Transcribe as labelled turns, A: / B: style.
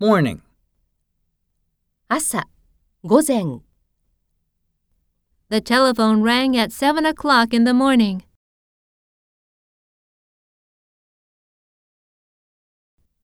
A: morning,
B: 朝、午前。The telephone rang at seven o'clock in the morning.